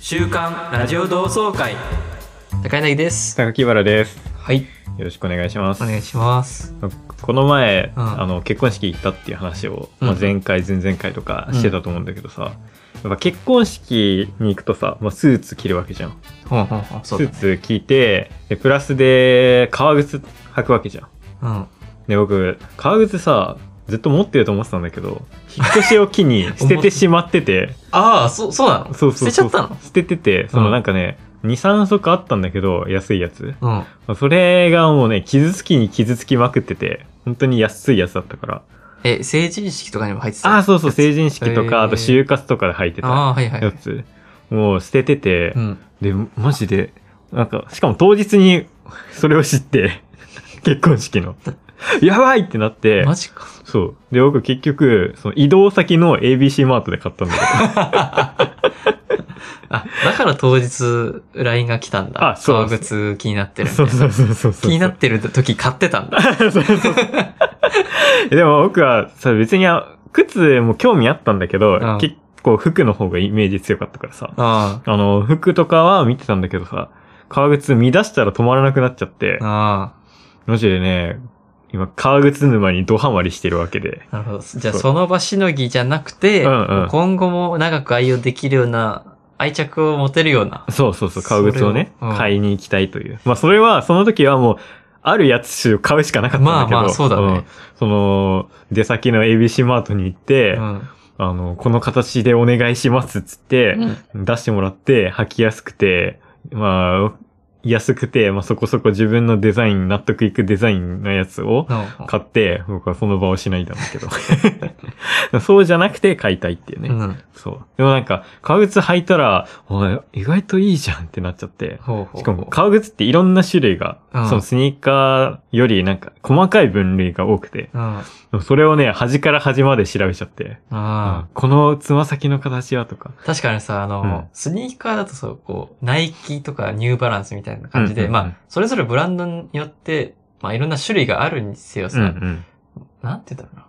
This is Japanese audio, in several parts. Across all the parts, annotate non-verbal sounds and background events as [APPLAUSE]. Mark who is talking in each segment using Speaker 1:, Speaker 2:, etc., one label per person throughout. Speaker 1: 週刊ラジオ同窓会
Speaker 2: 高柳です。
Speaker 3: 榊原です。
Speaker 2: はい。
Speaker 3: よろしくお願いしま
Speaker 2: お
Speaker 3: す。
Speaker 2: 願いします。
Speaker 3: この前、
Speaker 2: うん
Speaker 3: あの結婚式行ったっていう話を、
Speaker 2: うん
Speaker 3: まあ、前回前々回とかしてたと思うんだけどさ、やっぱ結婚式に行くとさ、まあ、スーツ着るわけじゃん、
Speaker 2: ほんほんほん、
Speaker 3: ス
Speaker 2: そう
Speaker 3: ー
Speaker 2: だ。
Speaker 3: ツ着てでプラスで革靴履くわけじゃん
Speaker 2: うん。
Speaker 3: で僕革靴さずっと持ってると思ってたんだけど引っ越しを機に捨ててしまって
Speaker 2: [LAUGHS]
Speaker 3: て
Speaker 2: ああ、そう、そうなの
Speaker 3: そうそ
Speaker 2: 捨
Speaker 3: うそう
Speaker 2: てちゃったの
Speaker 3: 捨てててそうの
Speaker 2: ん
Speaker 3: なんかね、23足あったんだけど安いやつ
Speaker 2: うん。
Speaker 3: それがもうね、傷つきに傷つきまくってて、本当に安いやつだったから。
Speaker 2: え、成人式とかにも入ってた
Speaker 3: ああ、そうそう、成人式と
Speaker 2: へー
Speaker 3: か、あと就活とかで履いてた
Speaker 2: あー、はいはいは
Speaker 3: や
Speaker 2: い。
Speaker 3: つ。もう捨ててて
Speaker 2: う、ん。
Speaker 3: で、マジで、なんか、しかも当日にそれを知って、 [LAUGHS] 結婚式の。やばいってなって
Speaker 2: マ、ジか。
Speaker 3: そう。で、僕結局、その移動先の ABC マートで買ったんだけど。
Speaker 2: あ、だから当日、LINE が来たんだ。
Speaker 3: あそう
Speaker 2: 革靴気になってるみた
Speaker 3: [LAUGHS] そ
Speaker 2: いうな。
Speaker 3: そうそうそうそう。
Speaker 2: 気になってる時買ってたんだ。
Speaker 3: そうそうそうでも僕はさ、別にあ靴も興味あったんだけど、
Speaker 2: うん
Speaker 3: 結構服の方がイメージ強かったからさ。
Speaker 2: あ
Speaker 3: あの、服とかは見てたんだけどさ、革靴見出したら止まらなくなっちゃって
Speaker 2: あ。、あ
Speaker 3: マジでね、今、革靴沼にドハマりしてるわけで。
Speaker 2: あ。なるほど。じゃあ、
Speaker 3: そう
Speaker 2: その場しのぎじゃなくて、
Speaker 3: うんうん
Speaker 2: 今後も長く愛用できるような、愛着を持てるような。
Speaker 3: そうそうそう、革靴をね、
Speaker 2: それをうん
Speaker 3: 買いに行きたいという。まあ、それは、その時はもう、あるやつ種を買うしかなかったんだけど。
Speaker 2: まあまあそうだね
Speaker 3: んその、出先の ABC マートに行って、
Speaker 2: うん。
Speaker 3: あの、この形でお願いしますっつって、出してもらって、履きやすくて、まあ、安くて、まあそこそこ自分のデザイン、納得いくデザインのやつを買って、僕はその場をしないんだけど。 [LAUGHS] そうじゃなくて買いたいっていうね。
Speaker 2: うん。
Speaker 3: そう。でもなんか、革靴履いたら、おい意外といいじゃんってなっちゃって。
Speaker 2: ほうほうほう
Speaker 3: しかも、革靴っていろんな種類が、
Speaker 2: うん
Speaker 3: そのスニーカーよりなんか、細かい分類が多くて、
Speaker 2: うん。あ
Speaker 3: それをね、端から端まで調べちゃって。
Speaker 2: あ
Speaker 3: あ。このつま先の形はとか。
Speaker 2: 確かにさ、あの、
Speaker 3: うん
Speaker 2: スニーカーだとそう、こう、ナイキとかニューバランスみたいな感じで、
Speaker 3: うんうんうん
Speaker 2: まあ、それぞれブランドによって、まあ、いろんな種類があるにせよさ、
Speaker 3: うん
Speaker 2: なんて言うんだろうな。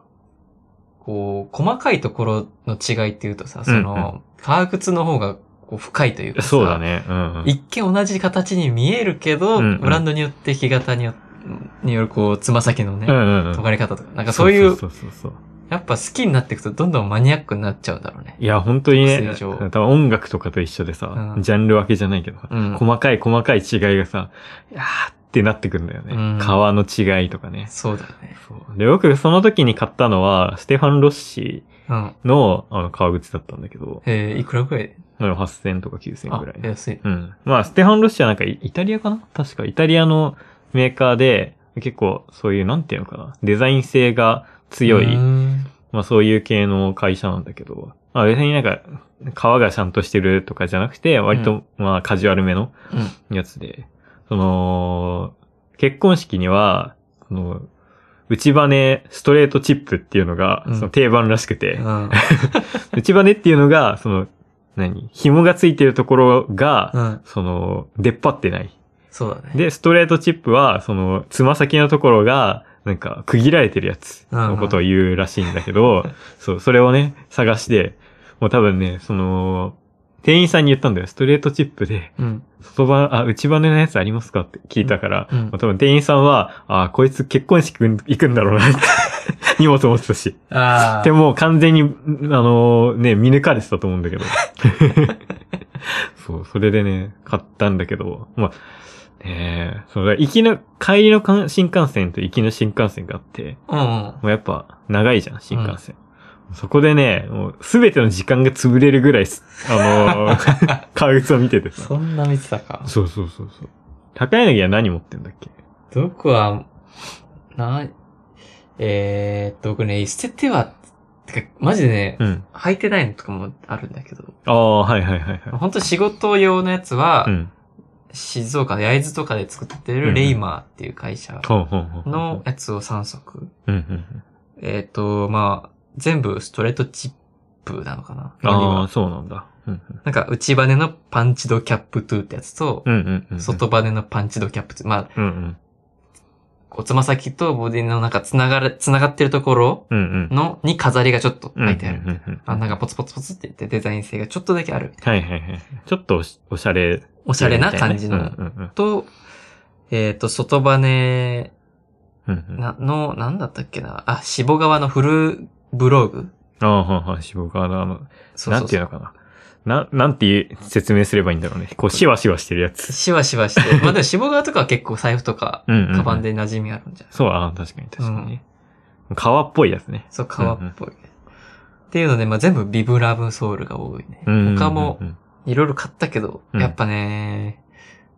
Speaker 2: こう、細かいところの違いっていうとさ、その、
Speaker 3: うんう
Speaker 2: 革靴の方がこう深いという
Speaker 3: うん。
Speaker 2: かさ、
Speaker 3: そうだね。うんうん。
Speaker 2: 一見同じ形に見えるけど、
Speaker 3: うんうん
Speaker 2: ブランドによって、木型によによる、こう、つま先のね、
Speaker 3: うんうんうん。
Speaker 2: 尖り方とか、なんかそういう、
Speaker 3: そうそうそうそう
Speaker 2: やっぱ好きになっていくとどんどんマニアックになっちゃうんだろうね。
Speaker 3: いや、本当にね、
Speaker 2: 正常
Speaker 3: 多分音楽とかと一緒でさ
Speaker 2: う、ん
Speaker 3: ジャンル分けじゃないけどさ、
Speaker 2: うん
Speaker 3: 細かい細かい違いがさ、いやーってなってくんだよね。
Speaker 2: うん
Speaker 3: 革の違いとかね。
Speaker 2: そうだよね。
Speaker 3: そうで、僕その時に買ったのは、ステファン・ロッシ
Speaker 2: うん。
Speaker 3: ーのあの革靴だったんだけど、
Speaker 2: えー、いくらくらい
Speaker 3: でも8000とか9000ぐらい
Speaker 2: あ
Speaker 3: ね。
Speaker 2: 安い。
Speaker 3: うん。まあ、ステファン・ロッシアなんかイイタリアかな確かイタリアのメーカーで、結構そういう、なんていうのかなデザイン性が強い、
Speaker 2: うん
Speaker 3: まあそういう系の会社なんだけど、まあ別になんか、革がちゃんとしてるとかじゃなくて、割と、まあカジュアルめのやつで、その、結婚式には、その、内バネストレートチップっていうのが、
Speaker 2: うん
Speaker 3: その定番らしくて、
Speaker 2: うん。
Speaker 3: 内バネっていうのが、その、何紐がついてるところが、 [LAUGHS]
Speaker 2: うん。
Speaker 3: その、出っ張ってない。
Speaker 2: そうだね。
Speaker 3: で、ストレートチップは、その、つま先のところが、なんか、区切られてるやつのことを言うらしいんだけど、そう、それをね、探して、もう多分ね、その、店員さんに言ったんだよ。ストレートチップで、
Speaker 2: うん。
Speaker 3: 外ば、あ、内バネのやつありますかって聞いたから、
Speaker 2: うんうん
Speaker 3: もう多分店員さんは、あ、こいつ結婚式行くんだろうなって、 [LAUGHS] 荷物持ってたし。
Speaker 2: ああ。
Speaker 3: でもう完全に、あのね、見抜かれてたと思うんだけど。そう、それでね、買ったんだけど、まあ、ねえ、その、行きの、帰りのかん新幹線と行きの新幹線があって、
Speaker 2: うんうん。
Speaker 3: もうやっぱ、長いじゃん、新幹線。そこでね、もう、すべての時間が潰れるぐらいす、あの [LAUGHS] ー、革靴を見ててさ。
Speaker 2: そんな見てたか。
Speaker 3: そうそうそうそう。高柳は何持ってんだっけ
Speaker 2: 僕は、な、えー、っと、僕ね、捨てては、てか、マジでね、
Speaker 3: うん。
Speaker 2: 履いてないのとかもあるんだけど、
Speaker 3: ああ、はいはいはいは
Speaker 2: 本当仕事用のやつは、
Speaker 3: い。うん。
Speaker 2: 静岡で焼津とかで作って
Speaker 3: うんう
Speaker 2: る
Speaker 3: ん
Speaker 2: レイマーっていう会社
Speaker 3: ほんほんほんほん。
Speaker 2: のやつを3足。
Speaker 3: うんうん
Speaker 2: えー、っと、まあ、全部ストレートチップなのかな。
Speaker 3: うん。ああ、そうなんだ。うん
Speaker 2: なんか、内バネのパンチドキャップ2ってやつと
Speaker 3: う、んうんうんうん。
Speaker 2: 外バネのパンチドキャップ2。まあ、
Speaker 3: うん
Speaker 2: こう、つま先とボディのなんかつながる、つながってるところ
Speaker 3: うんうん。
Speaker 2: の、に飾りがちょっと
Speaker 3: うん
Speaker 2: 書いてある。
Speaker 3: うんうんうん
Speaker 2: あ、なんかポツポツポツって言ってデザイン性がちょっとだけある。
Speaker 3: はいはいはい。ちょっとおしおしゃれ。
Speaker 2: おしゃれな感じの。
Speaker 3: うんうん
Speaker 2: と、えっ、と、外バネ
Speaker 3: うんうんうん。あ
Speaker 2: なの、なんだったっけな。あ、志望側のフルブログ
Speaker 3: あ、はいはい。志望側のあの、
Speaker 2: そう
Speaker 3: な
Speaker 2: そ
Speaker 3: ん
Speaker 2: う
Speaker 3: て
Speaker 2: そ
Speaker 3: いう
Speaker 2: う。
Speaker 3: のかな。な、なんていう説明すればいいんだろうね。こう、シワシワしてるやつ。
Speaker 2: しわしわして。まあでも志望側とかは結構財布とか、
Speaker 3: うん、うん。
Speaker 2: カバン。で馴染みあるんじゃない
Speaker 3: そう、ああ、確かに確かに。革っぽいやつね。
Speaker 2: そう、革っぽい。っていうので、まあ全部ビブラブソールが多いね。
Speaker 3: うんうんうんうん
Speaker 2: 他もいろいろ買ったけど、
Speaker 3: うん
Speaker 2: やっぱね、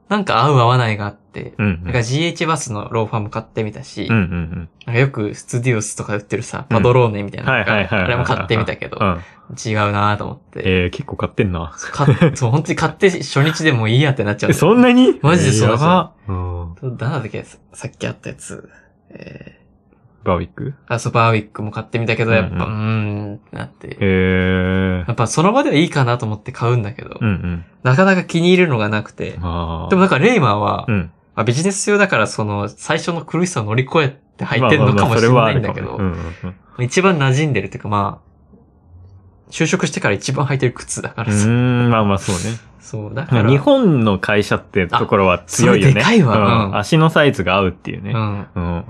Speaker 2: なんか合う合わないがあって、
Speaker 3: うんうん。
Speaker 2: なんか GH バスのローファーも買ってみたし、
Speaker 3: うんうん
Speaker 2: なんかよくスツディオスとか売ってるさ、
Speaker 3: うん
Speaker 2: パドローネみたいなのが、
Speaker 3: はいはいはいはい
Speaker 2: あれも買ってみたけど
Speaker 3: う、ん。うん。
Speaker 2: 違うなぁと思って。
Speaker 3: えー、結構買ってんな。
Speaker 2: 買
Speaker 3: [LAUGHS]
Speaker 2: っそう、本当に買って初日でもういいやってなっちゃう。
Speaker 3: え、そんなに
Speaker 2: マジでそう
Speaker 3: えーやば。うん。
Speaker 2: そうなんだっけささっきあったやつ。え
Speaker 3: バービック
Speaker 2: ー、あ、そう、バーウィックも買ってみたけど、やっぱ、う
Speaker 3: うん
Speaker 2: ーん、ってなって。
Speaker 3: えー
Speaker 2: や。っぱその場ではいいかなと思って買うんだけど、
Speaker 3: うんうん。
Speaker 2: なかなか気に入るのがなくて。
Speaker 3: ああ。
Speaker 2: でもなんかレイマーは、
Speaker 3: うん。
Speaker 2: まあ、ビジネス用だからその最初の苦しさを乗り越えて入っ
Speaker 3: まあ
Speaker 2: てん
Speaker 3: まあ
Speaker 2: の
Speaker 3: ま
Speaker 2: かも
Speaker 3: あ
Speaker 2: し
Speaker 3: そ
Speaker 2: れ
Speaker 3: は
Speaker 2: な
Speaker 3: あ
Speaker 2: いん
Speaker 3: る
Speaker 2: だ
Speaker 3: かも
Speaker 2: けど
Speaker 3: ねう、んうんうん。
Speaker 2: 一番馴染んでるっていうかまあ、就職してから一番履いてる靴だか
Speaker 3: う
Speaker 2: らさ。
Speaker 3: ーん、まあまあそう [LAUGHS] ね。
Speaker 2: そう、だから。
Speaker 3: 日本の会社ってところは強いよね。
Speaker 2: あそれでかいわ
Speaker 3: うん
Speaker 2: うん
Speaker 3: 足のサイズが合うっていうね。
Speaker 2: うん。
Speaker 3: うん。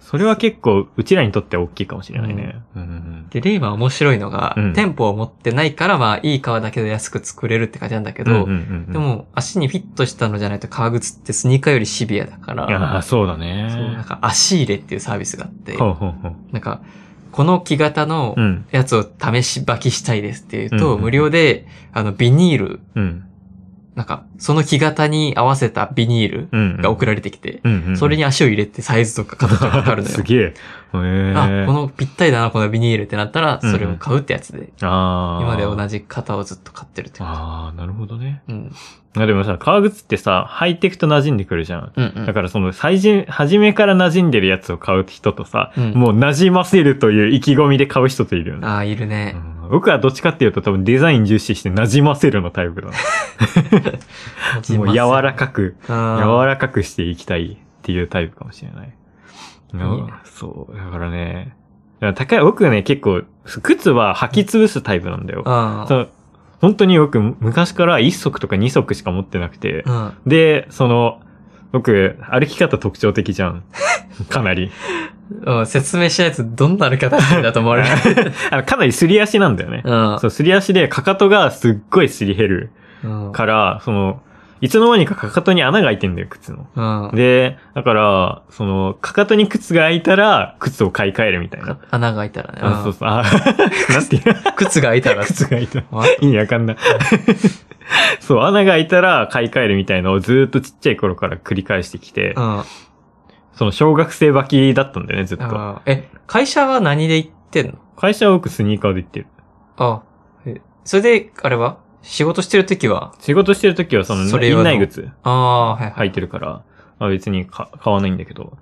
Speaker 3: それは結構、うちらにとっては大きいかもしれないね。うん。
Speaker 2: で、レイマー面白いのが、
Speaker 3: うん
Speaker 2: 店舗を持ってないからまあいい革だけど安く作れるって感じなんだけ
Speaker 3: うんうん
Speaker 2: ど、
Speaker 3: うんうん
Speaker 2: で、も足にフィットしたのじゃないと革靴ってスニーカーよりシビアだから、
Speaker 3: ああ、そうだ
Speaker 2: そう、なん
Speaker 3: ね。
Speaker 2: か足入れっていうサービスがあって、
Speaker 3: ほうほうほう。
Speaker 2: なんか、この木型の
Speaker 3: うん。
Speaker 2: やつを試し履きしたいですっていう
Speaker 3: うん
Speaker 2: と、
Speaker 3: うん
Speaker 2: 無料で、あの、ビニール、
Speaker 3: うん。
Speaker 2: なんか、その木型に合わせたビニール
Speaker 3: うん。
Speaker 2: が送られてきて、
Speaker 3: うんうん。
Speaker 2: それに足を入れてサイズとか形がわかるのよ
Speaker 3: [LAUGHS] す。げえ。へえ。
Speaker 2: あ、このぴったりだな、このビニールってなったら、それを買うってやつで、
Speaker 3: ああ。
Speaker 2: 今まで
Speaker 3: じ。
Speaker 2: 同じ型をずっと買ってるって感
Speaker 3: ああ、なるほどね。
Speaker 2: じ。うん。
Speaker 3: あでもさ、革靴ってさ、履いていくと馴染んでくるじゃん。
Speaker 2: うんう
Speaker 3: だ
Speaker 2: ん。
Speaker 3: からその、最初、初めから馴染んでるやつを買う人とさ、
Speaker 2: うん
Speaker 3: もう馴染ませるという意気込みで買う人といるよね。
Speaker 2: ああ、いるね。
Speaker 3: うん僕はどっちかっていうと多分デザイン重視して馴染ませるのタイプだな。もう柔らかく、
Speaker 2: あ
Speaker 3: 柔
Speaker 2: ー
Speaker 3: らかくしていきたいっていうタイプかもしれない。
Speaker 2: ね
Speaker 3: そう、だからね。だから高い、僕ね、結構、靴は履き潰すタイプなんだよ。
Speaker 2: あー。
Speaker 3: そう本当に僕、昔から1足とか2足しか持ってなくて、
Speaker 2: うん。
Speaker 3: で、その、僕、歩き方特徴的じゃん。 [LAUGHS] かなり。
Speaker 2: うん。説明しないとどんな歩き方してんだと思われる。
Speaker 3: [LAUGHS] あのかなりすり足なんだよね。
Speaker 2: うん
Speaker 3: そう、すり足で、かかとがすっごいすり減る
Speaker 2: うん。
Speaker 3: から、その、いつの間にかかかとに穴が開いてんだよ、靴の。
Speaker 2: うん。
Speaker 3: で、だから、その、かかとに靴が開いたら、靴を買い替えるみたいな。
Speaker 2: 穴が開いたらね。
Speaker 3: あ、そううそう、あ、 [LAUGHS] なんていう、
Speaker 2: ん靴が開いたら。
Speaker 3: 靴が開いた。
Speaker 2: あ
Speaker 3: 意味わかんない。 [LAUGHS] そう、穴が開いたら買い替えるみたいのをずーっとちっちゃい頃から繰り返してきて
Speaker 2: [LAUGHS] う、ん。
Speaker 3: その小学生履きだったんだよね、ずっと。
Speaker 2: あーえ、会社は何で行ってんの
Speaker 3: 会社は多くスニーカーで行ってる。
Speaker 2: あ、えそれで、あれは仕事してる時は
Speaker 3: 仕事してる時はその
Speaker 2: それ
Speaker 3: イ
Speaker 2: 用
Speaker 3: ン
Speaker 2: の
Speaker 3: ナイ靴
Speaker 2: ああ、はいは
Speaker 3: 履
Speaker 2: い。
Speaker 3: いてるから、まあ、別にか買わないんだけど。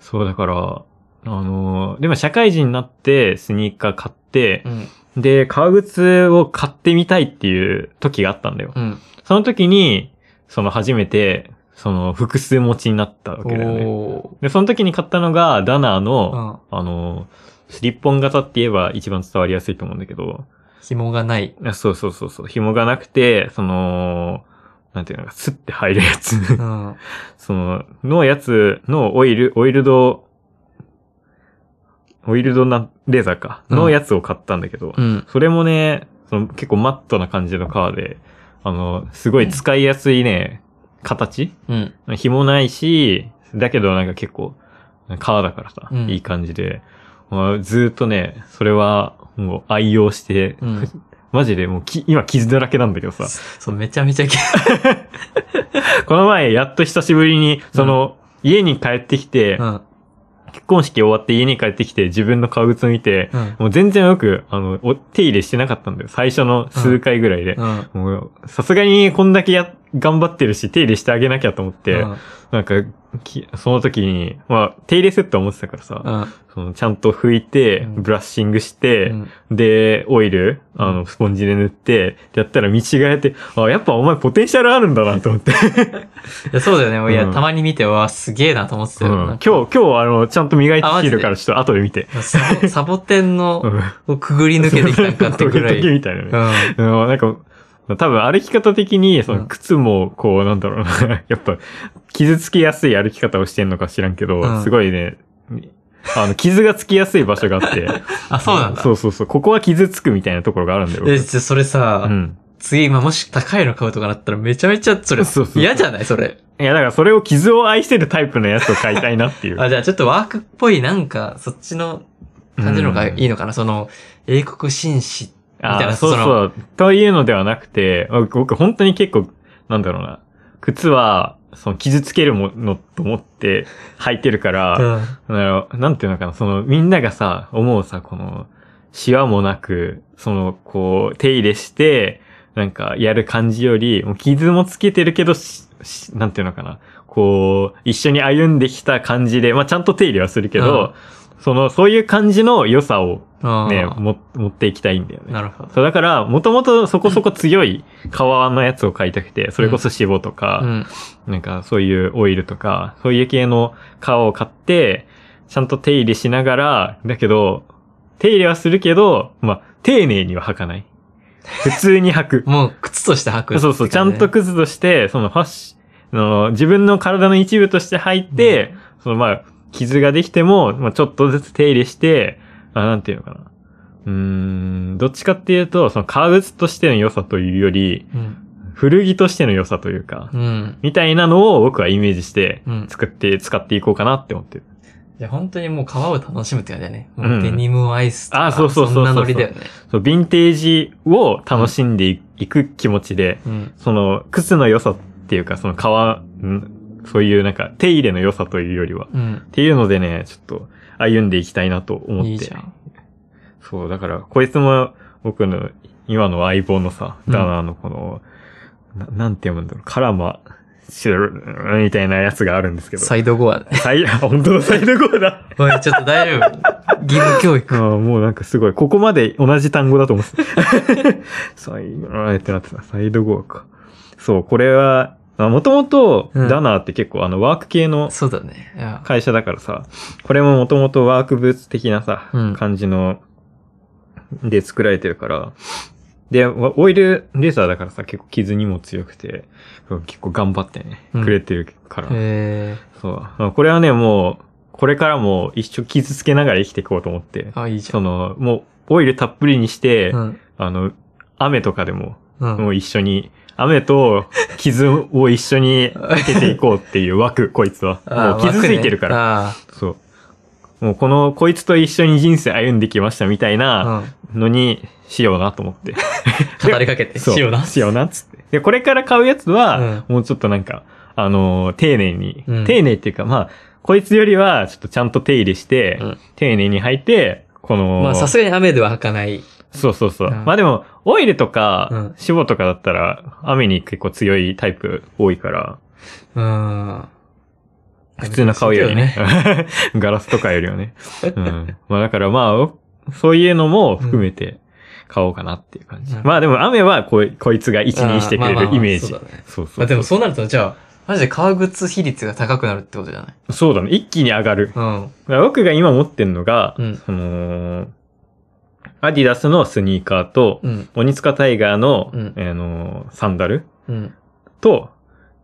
Speaker 3: そうだから、あのーでも社会人になってスニーカー買って、
Speaker 2: うん。
Speaker 3: で、革靴を買ってみたいっていう時があったんだよ。
Speaker 2: うん。
Speaker 3: その時に、その初めて、その複数持ちになったわけだよね。
Speaker 2: お
Speaker 3: で、その時に買ったのが、ダナーの、
Speaker 2: ー。うん。
Speaker 3: あの、スリッポン型って言えば一番伝わりやすいと思うんだけど、
Speaker 2: 紐がない。
Speaker 3: あそうそうそうそう、紐がなくて、その、なんていうのか、スッて入るやつ。 [LAUGHS]
Speaker 2: うん。
Speaker 3: その、のやつのオイル、オイルド、オイルドな、レーザーか、のやつを買ったんだけど、
Speaker 2: うん。
Speaker 3: それもね、その結構マットな感じの革で、あの、すごい使いやすいね、形
Speaker 2: うん。
Speaker 3: 紐ないし、だけどなんか結構、革だからさ、
Speaker 2: うん
Speaker 3: いい感じで、まあずーっとね、それはもう愛用して、
Speaker 2: うん。
Speaker 3: [LAUGHS] マジでもうき今傷だらけなんだけどさ、
Speaker 2: そう、めちゃめちゃき、
Speaker 3: この前やっと久しぶりに、その、家に帰ってきて、
Speaker 2: うん。
Speaker 3: 結婚式終わって家に帰ってきて自分の革靴見て、
Speaker 2: うん。
Speaker 3: もう全然よく、あの、お手入れしてなかったんだよ。最初の数回ぐらいで。
Speaker 2: うん。
Speaker 3: もう、さすがにこんだけや、頑張ってるし、手入れしてあげなきゃと思って、
Speaker 2: うん
Speaker 3: なんか、きその時に、まあ、手入れセットは持ってたからさ、
Speaker 2: うん
Speaker 3: そのちゃんと拭いて、
Speaker 2: うん
Speaker 3: ブラッシングして、
Speaker 2: うん
Speaker 3: で、オイル、あの、スポンジで塗って、やったら見違えて、あ、やっぱお前ポテンシャルあるんだなと思って。
Speaker 2: いやそうだよね。いや、
Speaker 3: うん
Speaker 2: たまに見て、わあ、すげえなと思ってた
Speaker 3: うん
Speaker 2: よ。
Speaker 3: 今日、今日はあの、ちゃんと磨いてきてるか
Speaker 2: あマ
Speaker 3: ら、ちょっと後で見て。
Speaker 2: 日。サボサボテンの、
Speaker 3: うん
Speaker 2: をくぐり [LAUGHS] 抜けてきたんかってぐらい。
Speaker 3: 時々みたいなね。
Speaker 2: う
Speaker 3: うん、なんか、多分歩き方的に、そうの
Speaker 2: ん
Speaker 3: 靴も、こう、なんだろうな、 [LAUGHS] やっぱ、傷つきやすい歩き方をしてんのか知らんけど、
Speaker 2: うん
Speaker 3: すごいね、あの、傷がつきやすい場所があって。
Speaker 2: あ、 [LAUGHS] そうなんだ。
Speaker 3: そうそうそう。ここは傷つくみたいなところがあるんだよ。
Speaker 2: え、じゃあそれさ、
Speaker 3: うん。
Speaker 2: 次、まあ、もし高いの買うとかなったらめちゃめちゃ、それ、
Speaker 3: [LAUGHS] そうそうそう
Speaker 2: 嫌じゃないそれ。
Speaker 3: いや、だからそれを傷を愛してるタイプのやつを買いたいなってい
Speaker 2: [LAUGHS]
Speaker 3: う。
Speaker 2: あ、じゃあちょっとワークっぽい、なんか、そっちの感じの方がいいのかな、その、英国紳士。みたいな
Speaker 3: あそう
Speaker 2: その
Speaker 3: そう。というのではなくて、僕僕本当に結構、なんだろうな。靴は、その傷つけるものと思って履いてるから、
Speaker 2: うん。
Speaker 3: なるなんていうのかな、その、みんながさ、思うさ、この、シワもなく、その、こう、手入れして、なんか、やる感じより、もう傷もつけてるけど、ししなんていうのかな、こう、一緒に歩んできた感じで、まあ、ちゃんと手入れはするけど、その、そういう感じの良さを
Speaker 2: あ
Speaker 3: ね、
Speaker 2: ー
Speaker 3: も、持っていきたいんだよね。
Speaker 2: なるほど。
Speaker 3: そう、だから、もともとそこそこ強い革のやつを買いたくて、それこそ脂肪とか、
Speaker 2: うん。
Speaker 3: なんかそういうオイルとか、そういう系の皮を買って、ちゃんと手入れしながら、だけど、手入れはするけど、まあ、丁寧には履かない。普通に履く。
Speaker 2: [LAUGHS] もう、靴として履く、
Speaker 3: そうそう、ちゃんと
Speaker 2: 靴。
Speaker 3: 靴として、そのファッシあの、自分の体の一部として履いて、そのまあ、傷ができても、まあ、ちょっとずつ手入れして、あ、なんていうのかな。うーん、どっちかっていうと、その革靴としての良さというより、
Speaker 2: うん。
Speaker 3: 古着としての良さというか、
Speaker 2: うん。
Speaker 3: みたいなのを僕はイメージして
Speaker 2: うん、
Speaker 3: 作って、使っていこうかなって思ってる。
Speaker 2: いや、本当にもう皮を楽しむって感じだね。もううんデニムをアイスとか。
Speaker 3: あそうそうそうそうそうん
Speaker 2: なノリだよね。
Speaker 3: そう、ヴィンテージを楽しんでいいく気持ちで、
Speaker 2: うん。
Speaker 3: その、靴の良さっていうか、その革、んそういうなんか、手入れの良さというよりは、
Speaker 2: うん。
Speaker 3: っていうのでね、ちょっと歩んでいきたいなと思って。
Speaker 2: いいじゃん。
Speaker 3: そう、だから、こいつも僕の今の相棒のさ、
Speaker 2: うん
Speaker 3: ダナーのこの、ななんて読むんだろう、カラマ、シュルみたいなやつがあるんですけど。
Speaker 2: サイドゴアね。
Speaker 3: [LAUGHS] サイ、本当のサイドゴーだ。
Speaker 2: おい、ちょっと大丈夫。義務教育。
Speaker 3: ああ、もうなんかすごい。ここまで同じ単語だと思ってた。 [LAUGHS] サイド、あーってなってた。サイドゴアか。そう、これは、もともと、
Speaker 2: うん
Speaker 3: ダナーって結構あの、ワーク系の
Speaker 2: そうだね。いや
Speaker 3: 会社だからさ、これももともとワークブーツ的なさ、
Speaker 2: うん
Speaker 3: 感じの、で作られてるから、で、わオイルレーサーだからさ、結構傷にも強くて、うん結構頑張ってね、
Speaker 2: うん
Speaker 3: くれてるから。
Speaker 2: へ
Speaker 3: そうあ。これはね、もう、これからも一生傷つけながら生きていこうと思って。
Speaker 2: ー。あ、いいじゃ
Speaker 3: その、もう、オイルたっぷりにして、
Speaker 2: ん。うん。
Speaker 3: あの、雨とかでも、
Speaker 2: うん。
Speaker 3: もう一緒に、雨と傷を一緒に受けていこうってい
Speaker 2: [LAUGHS]
Speaker 3: う枠、こいつは。
Speaker 2: あ
Speaker 3: もう傷ついてるから。。
Speaker 2: あ
Speaker 3: そう。もうこの、こいつと一緒に人生歩んできましたみたい
Speaker 2: ー
Speaker 3: な
Speaker 2: 枠ね
Speaker 3: のにしようなと
Speaker 2: [LAUGHS]
Speaker 3: 思って。
Speaker 2: うん。語りかけて。
Speaker 3: そう
Speaker 2: しような。
Speaker 3: しようなっつって。で、これから買うやつは、もうちょっとなんか、あのー丁寧に、
Speaker 2: うん
Speaker 3: 丁寧っていうか、まあ、こいつよりは、ちょっとちゃんと手入れして、
Speaker 2: うん
Speaker 3: 丁寧に履いて、この、
Speaker 2: まあ、さすがに雨では履かない。
Speaker 3: そうそうそう。
Speaker 2: うん
Speaker 3: まあでも、オイルとか、
Speaker 2: うん
Speaker 3: 脂肪とかだったら、雨に結構強いタイプ多いから、
Speaker 2: うん。
Speaker 3: 普通の顔よりね。。 [LAUGHS] ガラスとかより
Speaker 2: [LAUGHS]
Speaker 3: はね。うん。まあだからまあお、そういうのも含めて買おうかなっていう感じ。
Speaker 2: うん
Speaker 3: まあでも雨はこいこいつが一にしてくれ
Speaker 2: あーまあまあ
Speaker 3: る
Speaker 2: まあ
Speaker 3: イメージ。
Speaker 2: そうだね
Speaker 3: そうそう
Speaker 2: まあでもそうなると、じゃあ、マジで革靴比率が高くなるってことじゃない
Speaker 3: そうだね。一気に上がる。
Speaker 2: うん。
Speaker 3: まあ僕が今持ってるのが、
Speaker 2: うん
Speaker 3: その、アディダスのスニーカーと、
Speaker 2: うん。
Speaker 3: 鬼塚タイガーの、
Speaker 2: うん
Speaker 3: あのサンダル
Speaker 2: うん。
Speaker 3: と、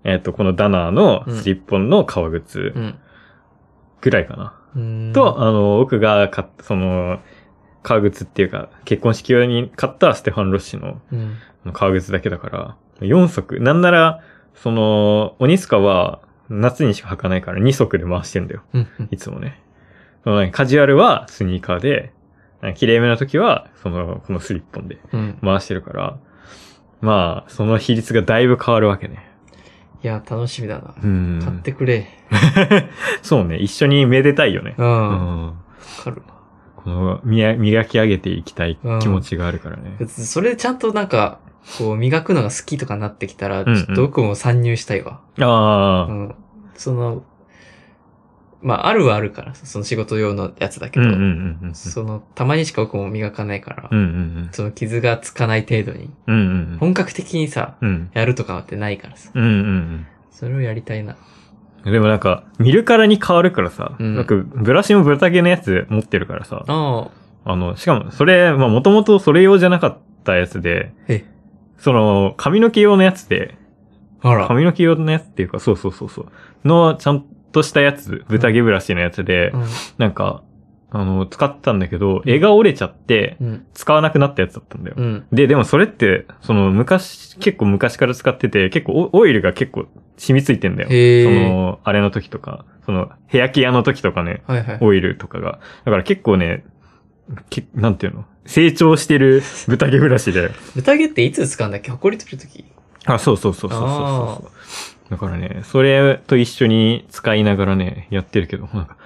Speaker 3: えっ、と、このダナーの
Speaker 2: うん
Speaker 3: スリッポンの革靴
Speaker 2: うん
Speaker 3: ぐらいかな。
Speaker 2: うん。
Speaker 3: と、あの、僕が買った、その、革靴っていうか、結婚式用に買ったステファン・ロッシュの
Speaker 2: うん。
Speaker 3: 革靴だけだから、4足。なんなら、その、オニスカは夏にしか履かないから2足で回してるんだよ。
Speaker 2: うん。
Speaker 3: いつもね。そのカジュアルはスニーカーで、綺麗めな時は、その、このスリッポンで
Speaker 2: うん。
Speaker 3: 回してるから、まあ、その比率がだいぶ変わるわけね。
Speaker 2: いや、楽しみだな。
Speaker 3: うん。
Speaker 2: 買ってくれ。
Speaker 3: そうね、一緒にめでたいよね
Speaker 2: う。。
Speaker 3: うん
Speaker 2: わ
Speaker 3: ん。
Speaker 2: かるわ。
Speaker 3: この、みや磨き上げていきたい気持ちがあるからね。
Speaker 2: それちゃんとなんか、こう、磨くのが好きとかなってきたら、ち
Speaker 3: んう
Speaker 2: ょ
Speaker 3: ん
Speaker 2: っと僕も参入したいわ。
Speaker 3: あ
Speaker 2: う
Speaker 3: あ。
Speaker 2: ん。その、まあ、あるはあるから、その仕事用のやつだけ
Speaker 3: うん
Speaker 2: ど、
Speaker 3: うんうんうん。
Speaker 2: その、たまにしか僕も磨かないから、
Speaker 3: うんうん
Speaker 2: その傷がつかない程度に、
Speaker 3: うん。うんうん
Speaker 2: 本格的にさ、
Speaker 3: うん。うん
Speaker 2: やるとかってないからさ、
Speaker 3: うんうん
Speaker 2: それをやりたいな。
Speaker 3: うん。でもなんか、見るからに変わるからさ、
Speaker 2: うん
Speaker 3: なんか、ブラシもぶら下げのやつ持ってるからさ、
Speaker 2: ああ、
Speaker 3: あの、しかも、それ、まあ、もともとそれ用じゃなかったやつで、
Speaker 2: え、
Speaker 3: その、髪の毛用のやつで、
Speaker 2: あら。
Speaker 3: 髪の毛用のやつっていうか、そうそうそうそう、の、ちゃんとしたやつ、豚毛ブラシのやつで、
Speaker 2: うん
Speaker 3: なんか、あの、使ってたんだけど、絵が折れちゃって、
Speaker 2: うん。
Speaker 3: 使わなくなったやつだったんだよ。
Speaker 2: うん。
Speaker 3: で、でもそれって、その、昔、結構昔から使ってて、結構オ、オイルが結構染みついてんだよ。
Speaker 2: へえ
Speaker 3: その、あれの時とか、その、ヘアケアの時とかね、
Speaker 2: はいはい。
Speaker 3: オイルとかが。だから結構ね、けなんていうの成長してる豚毛ブラシで。
Speaker 2: 豚毛っていつ使うんだっけ埃取るとき。
Speaker 3: あ、そうそうそうそうそうそうだからね、それと一緒に使いながらね、やってるけど、なんか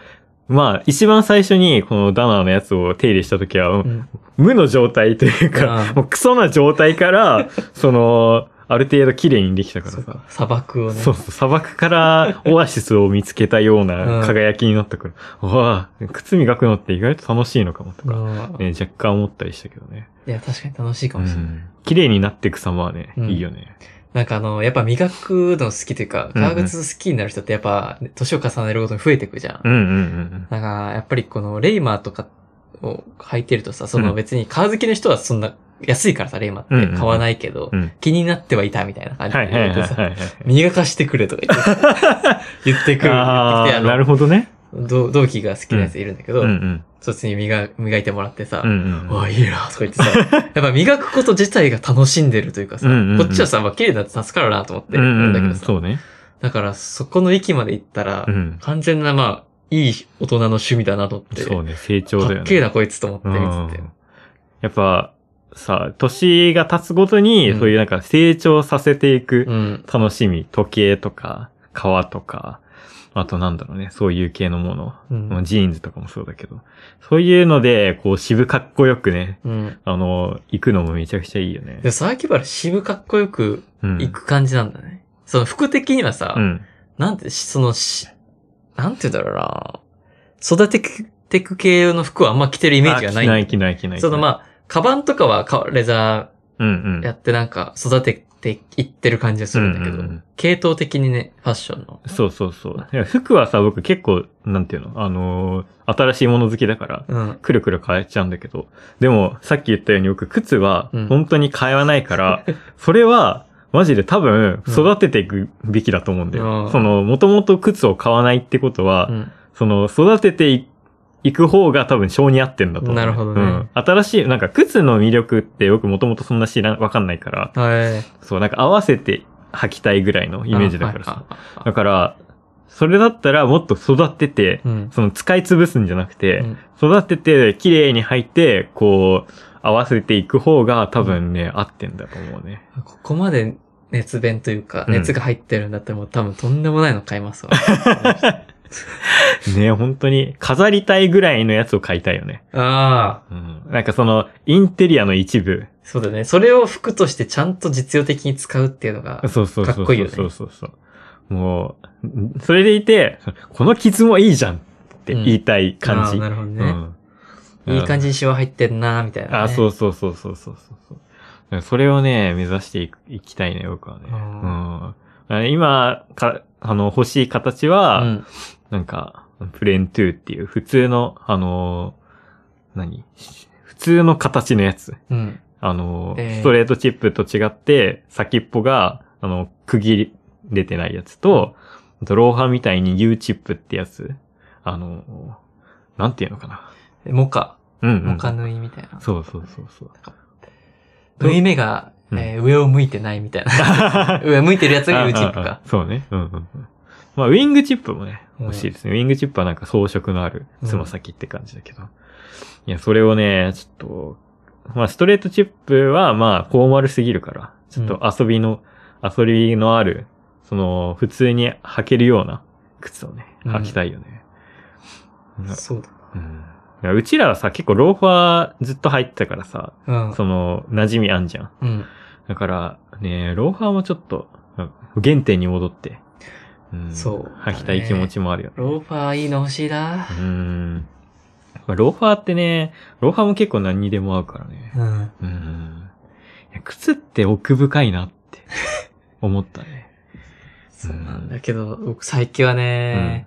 Speaker 3: まあ、一番最初にこのダナーのやつを手入れした時は、
Speaker 2: うん。
Speaker 3: 無の状態というか
Speaker 2: あ、ー
Speaker 3: もうクソな状
Speaker 2: [LAUGHS]
Speaker 3: 態から、その、ある程度綺麗にできたから
Speaker 2: そう
Speaker 3: さ
Speaker 2: か。砂漠をね。
Speaker 3: そうそう、砂漠からオアシスを見つけたよう
Speaker 2: う
Speaker 3: なん輝きになったから、うわあ靴磨くのって意外と楽しいのかもとか、
Speaker 2: うん
Speaker 3: ね、若干思ったりしたけどね。
Speaker 2: いや、確かに楽しいか
Speaker 3: う
Speaker 2: もしれない。
Speaker 3: ん綺麗になっていく様はね、
Speaker 2: うん
Speaker 3: いいよね。
Speaker 2: なんかあの、やっぱ磨くの好きというか、
Speaker 3: うんうん
Speaker 2: 革靴好きになる人ってやっぱ、年を重ねるごとに増えていくじゃん。
Speaker 3: うんうんうん
Speaker 2: だから、やっぱりこのレイマーとかを履いてるとさ、その
Speaker 3: うん
Speaker 2: 別に革好きの人はそんな安いからさ、レイマー
Speaker 3: うん
Speaker 2: っ
Speaker 3: うんう
Speaker 2: て
Speaker 3: ん
Speaker 2: 買わないけど、
Speaker 3: うん。うん。
Speaker 2: 気になってはいたみたいな感じ
Speaker 3: は
Speaker 2: で
Speaker 3: いは
Speaker 2: 言っ
Speaker 3: いはい
Speaker 2: て
Speaker 3: は
Speaker 2: さ、
Speaker 3: い
Speaker 2: [LAUGHS]
Speaker 3: はい。
Speaker 2: 磨かしてくれとか言ってさ
Speaker 3: [LAUGHS]
Speaker 2: 言ってくる。言っ
Speaker 3: あ
Speaker 2: てきて
Speaker 3: あ、なる
Speaker 2: の
Speaker 3: ほどね。
Speaker 2: 同同期が好きなやついるんだけ
Speaker 3: う
Speaker 2: ど、
Speaker 3: んうん。
Speaker 2: そっちに磨磨いてもらってさ、
Speaker 3: うんうんうん。
Speaker 2: あ、いいな、とか言
Speaker 3: [LAUGHS]
Speaker 2: ってさ、やっぱ磨くこと自体が楽しんでるというかさ、
Speaker 3: うんうんうん
Speaker 2: こっちはさ、まあ、綺麗になって助かるなと思って
Speaker 3: う
Speaker 2: る
Speaker 3: んうんん
Speaker 2: だけ
Speaker 3: う
Speaker 2: ど
Speaker 3: ん、
Speaker 2: さ、
Speaker 3: そうね。
Speaker 2: だからそこの域まで行ったら、
Speaker 3: うん。
Speaker 2: 完全なまあ、いい大人の趣味だなと思って、
Speaker 3: そうね、成長だよね。
Speaker 2: かっけえなこいつと思って見てて
Speaker 3: うん。やっぱ、さ、年が経つごとに、
Speaker 2: うん
Speaker 3: そういうなんか成長させていく
Speaker 2: うん。
Speaker 3: 楽しみ、時計とか、革とか、あとなんだろうね、そういう系のもの。
Speaker 2: うん
Speaker 3: まあジーンズとかもそうだけど。そういうので、こう渋かっこよくね、
Speaker 2: うん。
Speaker 3: あの、行くのもめちゃくちゃいいよね
Speaker 2: で、。沢木原渋かっこよく
Speaker 3: うん。
Speaker 2: 行く感じなんだね。その服的にはさ、
Speaker 3: うん。
Speaker 2: なんて、しそのし、なんて言うんだろうな育ててく系の服はあんま着てるイメージがない。
Speaker 3: あ着ない着ない着ない。
Speaker 2: そのまあ、カバンとかはかレザ
Speaker 3: あ、うんうん。
Speaker 2: ーやってなんか育てていってる感じがするんだけど、
Speaker 3: うんうんうん
Speaker 2: 系統的にね、ファッションの。
Speaker 3: そうそうそう。いや服はさ、僕結構、なんていうのあのー新しいもの好きだから、
Speaker 2: うん。
Speaker 3: くるくる変えちゃうんだけど、でも、さっき言ったように僕、靴は
Speaker 2: うん、
Speaker 3: 本当に買わないから、それは、マジで多分、
Speaker 2: うん
Speaker 3: 育てていくべきだと思うんだよ。
Speaker 2: うん
Speaker 3: その、もともと靴を買わないってこと
Speaker 2: [LAUGHS]
Speaker 3: は、
Speaker 2: うん。
Speaker 3: その、育てていいく方が多分、性に合ってんだと思う。
Speaker 2: なるほどね
Speaker 3: うん。新しい、なんか、靴の魅力って僕、もともとそんな知らん、わかんないから、
Speaker 2: はい。
Speaker 3: そう、なんか、合わせて履きたいぐらいのイメージだからさ。
Speaker 2: あ。はい
Speaker 3: だから、それだったら、もっと育てて、
Speaker 2: うん。
Speaker 3: その、使い潰すんじゃなくて、
Speaker 2: うん
Speaker 3: 育てて、綺麗に入って、こう、合わせていく方が多分ね、合ってんだと思うね。
Speaker 2: ここまで熱弁というか、
Speaker 3: うん
Speaker 2: 熱が入ってるんだったらもう多分とんでもないの買い
Speaker 3: [LAUGHS]
Speaker 2: ますわ。
Speaker 3: ね、本当に、飾りたいぐらいのやつを買いたいよね。
Speaker 2: ああ、
Speaker 3: うん。なんかその、インテリアの一部。
Speaker 2: そうだね。それを服としてちゃんと実用的に使うっていうのが、
Speaker 3: そうそうそうそう。
Speaker 2: かっこいいよね
Speaker 3: そうそうそう。もう、んそれでいて、この傷もいいじゃんって言いたい感
Speaker 2: あ
Speaker 3: じ。
Speaker 2: ー
Speaker 3: う
Speaker 2: なんるほどね。いい感じにシワ入ってんなみたいな、ね。。
Speaker 3: あ、そううそうそうそうそうそうそう。それをね、目指していくいきたいね、僕はね。
Speaker 2: あ
Speaker 3: うん、今か、あの、欲しい形は、
Speaker 2: うん。
Speaker 3: なんか、プレーントゥーっていう普通の、あのー何普通の形のやつ。
Speaker 2: うん。
Speaker 3: あのー
Speaker 2: えー
Speaker 3: ストレートチップと違って、先っぽが、あの、区切れてないやつと、あとローハーみたいに U チップってやつ。あのーなんていうのかな。
Speaker 2: モカ。
Speaker 3: うん、うん。
Speaker 2: モカ縫いみたいな。
Speaker 3: そうそうそうそう。
Speaker 2: 縫い目が、
Speaker 3: うん
Speaker 2: えー上を向いてないみたいな。上向いてるやつが U チップ
Speaker 3: あああ
Speaker 2: か。
Speaker 3: そうね。うんうんうん。まあ、ウィングチップもね、
Speaker 2: うん
Speaker 3: 欲しいですね。ウィングチップはなんか装飾のあるつま先って感じだけど。いや、それをね、ちょっと、まあ、ストレートチップはまあ、フォーマルすぎるから、ちょっと遊びの、遊びのある、その、普通に履けるような靴をね、
Speaker 2: うん
Speaker 3: 履きたいよね。な
Speaker 2: そうだ。
Speaker 3: うんいやうちらはさ、結構ローファーずっと入ってたからさ、
Speaker 2: うん。
Speaker 3: その、馴染みあんじゃん。
Speaker 2: うん。
Speaker 3: だから、ね、ローファーもちょっと、うん原点に戻って、うん
Speaker 2: そうだね
Speaker 3: 履きたい気持ちもあるよね。
Speaker 2: ローファーいいの欲しいな
Speaker 3: う。ん。ローファーってね、ローファーも結構何にでも合うからね。
Speaker 2: うん。
Speaker 3: うん。いや靴って奥深いなって
Speaker 2: [LAUGHS]
Speaker 3: 思ったね。
Speaker 2: そうなんだけど、僕最近はね、